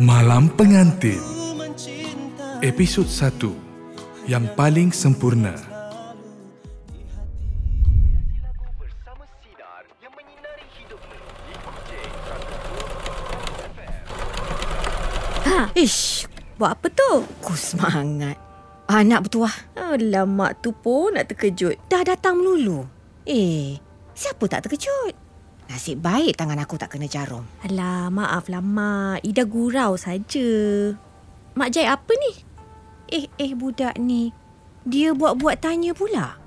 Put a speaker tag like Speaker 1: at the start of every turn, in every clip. Speaker 1: Malam Pengantin Episod 1 Yang paling sempurna
Speaker 2: Kreasi lagu bersama sinar yang menyinari hidupmu. DJ FM.
Speaker 3: Ha, ish, buat apa tu?
Speaker 4: Ku semangat. Anak bertuah.
Speaker 3: Alamak tu pun nak terkejut.
Speaker 4: Dah datang melulu. Eh, siapa tak terkejut? Nasib baik tangan aku tak kena jarum.
Speaker 3: Alah, maaflah Mak. Ida gurau saja. Mak jahit apa ni?
Speaker 4: Eh, eh budak ni. Dia buat-buat tanya pula.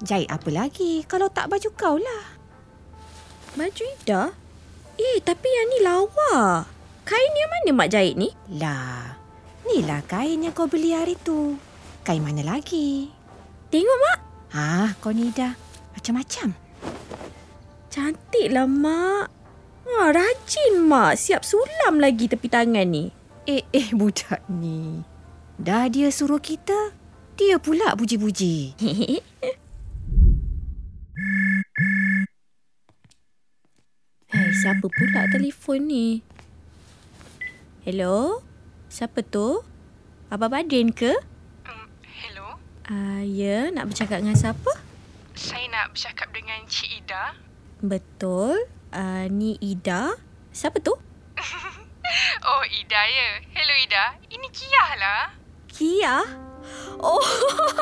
Speaker 4: Jahit apa lagi kalau tak baju kau lah.
Speaker 3: Baju Ida? Eh, tapi yang ni lawa. Kain yang mana Mak jahit ni?
Speaker 4: Lah, ni lah kain yang kau beli hari tu. Kain mana lagi?
Speaker 3: Tengok Mak.
Speaker 4: Ah, kau ni dah macam-macam.
Speaker 3: Cantiklah Mak. Ha, rajin Mak. Siap sulam lagi tepi tangan ni.
Speaker 4: Eh, eh budak ni. Dah dia suruh kita, dia pula puji-puji.
Speaker 3: Hai, Eh, siapa pula telefon ni? Hello? Siapa tu? Abang Badrin ke?
Speaker 5: Mm, Hello,
Speaker 3: Ah, ya, nak bercakap dengan siapa?
Speaker 5: saya nak bercakap dengan Cik Ida.
Speaker 3: Betul. Uh, ni Ida. Siapa tu?
Speaker 5: Oh, Ida ya. Hello Ida, ini Kia lah.
Speaker 3: Kia? Oh,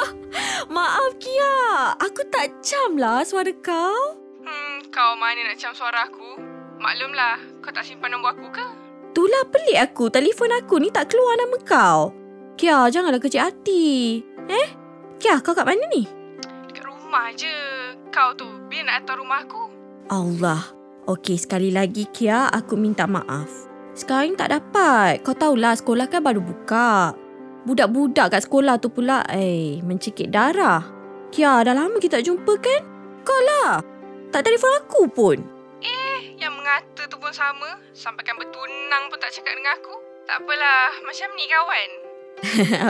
Speaker 3: maaf Kia. Aku tak cam lah suara kau.
Speaker 5: Hmm, kau mana nak cam suara aku? Maklumlah, kau tak simpan nombor aku ke?
Speaker 3: Itulah pelik aku. Telefon aku ni tak keluar nama kau. Kia, janganlah kecil hati. Eh? Kia, kau kat mana ni?
Speaker 5: Dekat rumah je. Kau tu, bila nak datang rumah aku?
Speaker 3: Allah. Okey, sekali lagi Kia, aku minta maaf. Sekarang tak dapat. Kau tahulah sekolah kan baru buka. Budak-budak kat sekolah tu pula, eh, mencekik darah. Kia, dah lama kita tak jumpa kan? Kau lah. Tak telefon aku pun.
Speaker 5: Eh, yang mengata tu pun sama. Sampaikan bertunang pun tak cakap dengan aku. Tak apalah, macam ni kawan.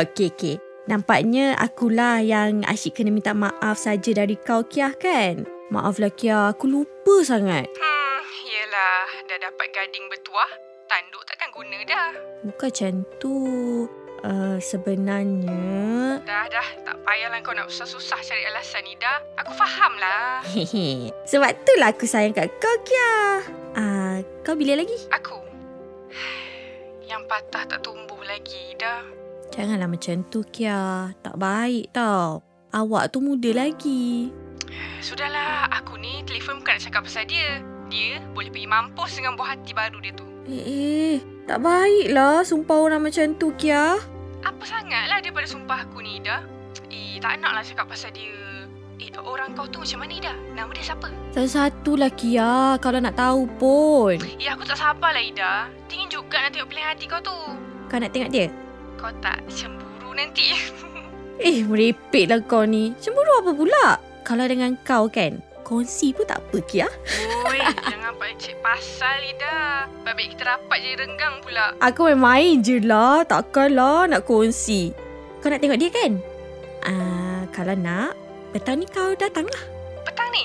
Speaker 3: okey, okey. Nampaknya akulah yang asyik kena minta maaf saja dari kau, Kia kan? Maaflah Kia, aku lupa sangat.
Speaker 5: Hmm, yelah. Dah dapat gading bertuah, tanduk takkan guna dah.
Speaker 3: Bukan macam tu. Uh, sebenarnya...
Speaker 5: Dah, dah. Tak payahlah kau nak susah-susah cari alasan, Ida. Aku faham lah.
Speaker 3: Hehe. Sebab itulah aku sayang kat kau, Kia. Ah, uh, kau bila lagi?
Speaker 5: Aku Yang patah tak tumbuh lagi dah
Speaker 3: Janganlah macam tu, Kia. Tak baik tau. Awak tu muda lagi.
Speaker 5: Sudahlah aku ni telefon bukan nak cakap pasal dia Dia boleh pergi mampus dengan buah hati baru dia tu
Speaker 3: Eh, eh. Tak baiklah sumpah orang macam tu, Kia.
Speaker 5: Apa sangatlah daripada sumpah aku ni Ida Eh tak naklah cakap pasal dia Eh orang kau tu macam mana Ida? Nama dia siapa?
Speaker 3: Satu-satulah, lah, Kia. Kalau nak tahu pun.
Speaker 5: Eh aku tak sabarlah Ida Tingin juga nak tengok pilihan hati kau tu
Speaker 3: Kau nak tengok dia?
Speaker 5: Kau tak cemburu nanti
Speaker 3: Eh, merepeklah kau ni. Cemburu apa pula? Kalau dengan kau kan, kongsi pun tak apa, Kia.
Speaker 5: Oi jangan pak cik pasal Ida Baik kita rapat jadi renggang pula
Speaker 3: Aku main-main je lah. Takkanlah nak kongsi. Kau nak tengok dia kan? Ah, uh, kalau nak, petang ni kau datang lah.
Speaker 5: Petang ni?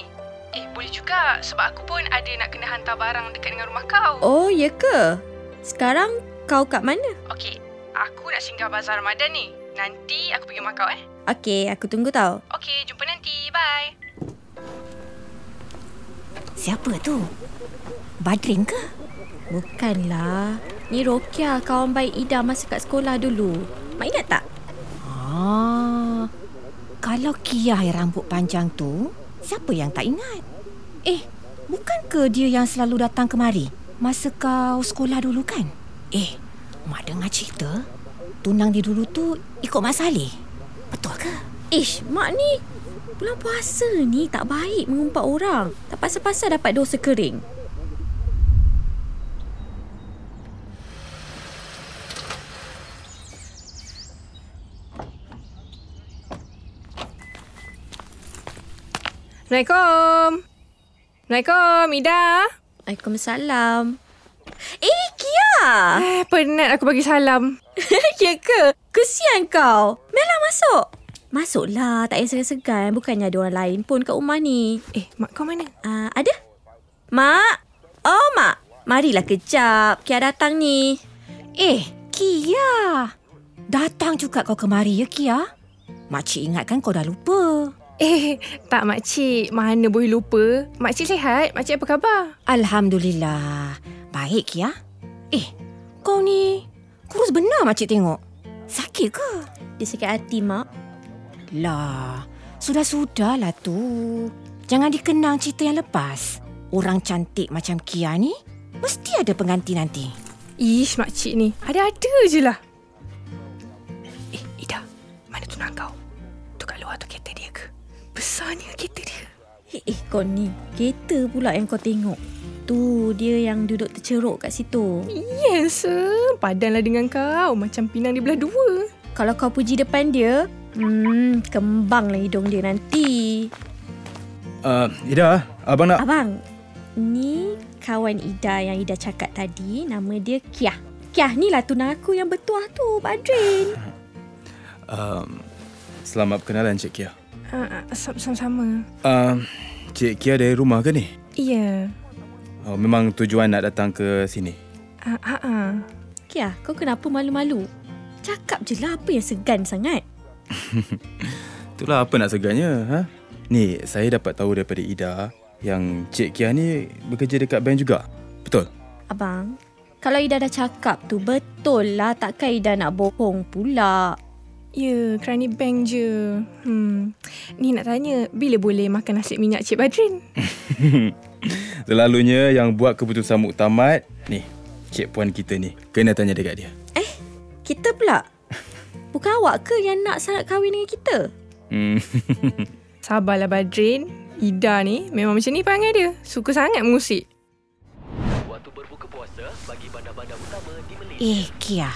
Speaker 5: Eh, boleh juga sebab aku pun ada nak kena hantar barang dekat dengan rumah kau.
Speaker 3: Oh, ya ke? Sekarang kau kat mana?
Speaker 5: Okey, aku nak singgah bazar Ramadan ni. Nanti aku pergi rumah kau eh.
Speaker 3: Okey, aku tunggu tau.
Speaker 5: Okey, jumpa nanti. Bye.
Speaker 4: Siapa tu? Badrin ke?
Speaker 3: Bukanlah. Ni Rokia, kawan baik Ida masa kat sekolah dulu. Mak ingat tak?
Speaker 4: Ah, kalau Kia yang rambut panjang tu, siapa yang tak ingat? Eh, bukankah dia yang selalu datang kemari? Masa kau sekolah dulu kan? Eh, Mak dengar cerita, tunang dia dulu tu ikut Mak Saleh. Betul ke?
Speaker 3: Ish, Mak ni bulan puasa ni tak baik mengumpat orang. Tak pasal-pasal dapat dosa kering.
Speaker 5: Assalamualaikum. Assalamualaikum, Ida.
Speaker 3: Waalaikumsalam. Eh, Kia!
Speaker 5: Eh, penat aku bagi salam.
Speaker 3: ya ke? Kesian kau. Mela masuk. Masuklah, tak payah segan-segan. Bukannya ada orang lain pun kat rumah ni.
Speaker 5: Eh, mak kau mana?
Speaker 3: Uh, ada? Mak? Oh, Mak. Marilah kejap. Kia datang ni.
Speaker 4: Eh, Kia. Datang juga kau kemari ya, Kia. Makcik ingatkan kau dah lupa.
Speaker 5: Eh, tak makcik. Mana boleh lupa. Makcik sihat? Makcik apa khabar?
Speaker 4: Alhamdulillah. Baik, Kia. Eh, kau ni kurus benar makcik tengok. Sakit ke?
Speaker 3: Dia sakit hati, Mak.
Speaker 4: Lah, sudah-sudahlah tu. Jangan dikenang cerita yang lepas. Orang cantik macam Kia ni, mesti ada pengganti nanti.
Speaker 5: Ish, makcik ni. Ada-ada je lah. Eh, Ida. Mana tunang kau? Tu kat luar tu kereta dia ke? Besarnya kereta dia.
Speaker 3: Eh, eh kau ni. Kereta pula yang kau tengok. Tu dia yang duduk terceruk kat situ.
Speaker 5: Yes, eh. padanlah dengan kau. Macam pinang di belah dua.
Speaker 3: Kalau kau puji depan dia, hmm, kembanglah hidung dia nanti.
Speaker 6: Uh, Ida, abang nak...
Speaker 3: Abang, ni kawan Ida yang Ida cakap tadi, nama dia Kiah. Kiah ni lah tunang aku yang bertuah tu, Badrin.
Speaker 6: Um, selamat perkenalan Cik Kia.
Speaker 5: Ha, sama-sama.
Speaker 6: Um, Cik Kia dari rumah ke ni?
Speaker 5: Ya.
Speaker 6: Oh, memang tujuan nak datang ke sini?
Speaker 5: Ha, ha, ha.
Speaker 3: Kiah, kau kenapa malu-malu? Cakap je lah apa yang segan sangat.
Speaker 6: Itulah apa nak segannya, ha? Ni, saya dapat tahu daripada Ida yang Cik Kia ni bekerja dekat bank juga. Betul?
Speaker 3: Abang, kalau Ida dah cakap tu, betul lah takkan Ida nak bohong pula.
Speaker 5: Ya, kerani bank je. Hmm. Ni nak tanya, bila boleh makan nasi minyak Cik Badrin?
Speaker 6: Selalunya yang buat keputusan muktamad, ni, Cik Puan kita ni. Kena tanya dekat dia.
Speaker 3: Kita pula. Bukan awak ke yang nak syarat kahwin dengan kita?
Speaker 6: Hmm.
Speaker 5: Sabarlah Badrin. Ida ni memang macam ni perangai dia. Suka sangat mengusik.
Speaker 2: Waktu berbuka puasa bagi bandar-bandar utama di Malaysia.
Speaker 4: Eh, Kia,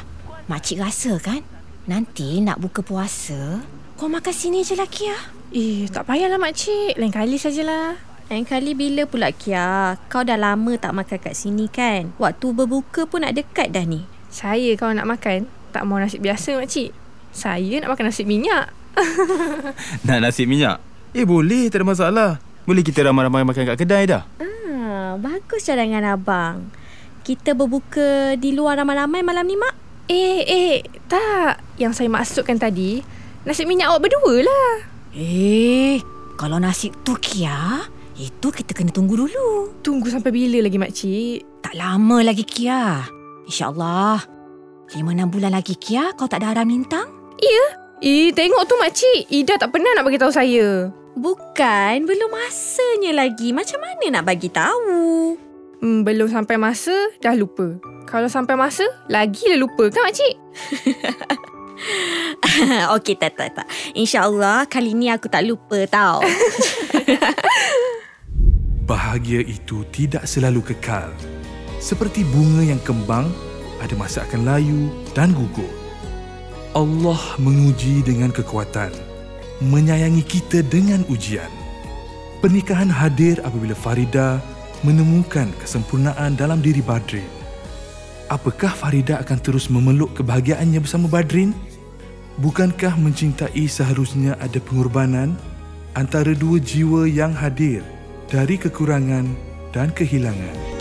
Speaker 4: makcik rasa kan? Nanti nak buka puasa, kau makan sini je lah, Kia.
Speaker 5: Eh, tak payahlah makcik. Lain kali sajalah.
Speaker 3: Lain kali bila pula Kia? Kau dah lama tak makan kat sini kan? Waktu berbuka pun nak dekat dah ni.
Speaker 5: Saya kalau nak makan, tak mau nasi biasa makcik. Saya nak makan nasi minyak.
Speaker 6: Nak nasi minyak? Eh, boleh. Tak ada masalah. Boleh kita ramai-ramai makan kat kedai dah.
Speaker 3: Ah, bagus cadangan abang. Kita berbuka di luar ramai-ramai malam ni, Mak.
Speaker 5: Eh, eh, tak. Yang saya maksudkan tadi, nasi minyak awak berdua lah.
Speaker 4: Eh, kalau nasi tu, Kia, itu kita kena tunggu dulu.
Speaker 5: Tunggu sampai bila lagi makcik?
Speaker 4: Tak lama lagi, Kia. InsyaAllah. Lima enam bulan lagi, Kia, kau tak ada haram lintang?
Speaker 5: Eh, tengok tu makcik. Ida tak pernah nak bagi tahu saya.
Speaker 3: Bukan, belum masanya lagi. Macam mana nak bagi tahu?
Speaker 5: Hmm, belum sampai masa, dah lupa. Kalau sampai masa, lagi dah lupa kan makcik?
Speaker 3: Okey, tak, tak, tak. InsyaAllah, kali ni aku tak lupa tau.
Speaker 1: Bahagia itu tidak selalu kekal. Seperti bunga yang kembang, ada masa akan layu dan gugur. Allah menguji dengan kekuatan, menyayangi kita dengan ujian. Pernikahan hadir apabila Farida menemukan kesempurnaan dalam diri Badrin. Apakah Farida akan terus memeluk kebahagiaannya bersama Badrin? Bukankah mencintai seharusnya ada pengorbanan antara dua jiwa yang hadir dari kekurangan dan kehilangan?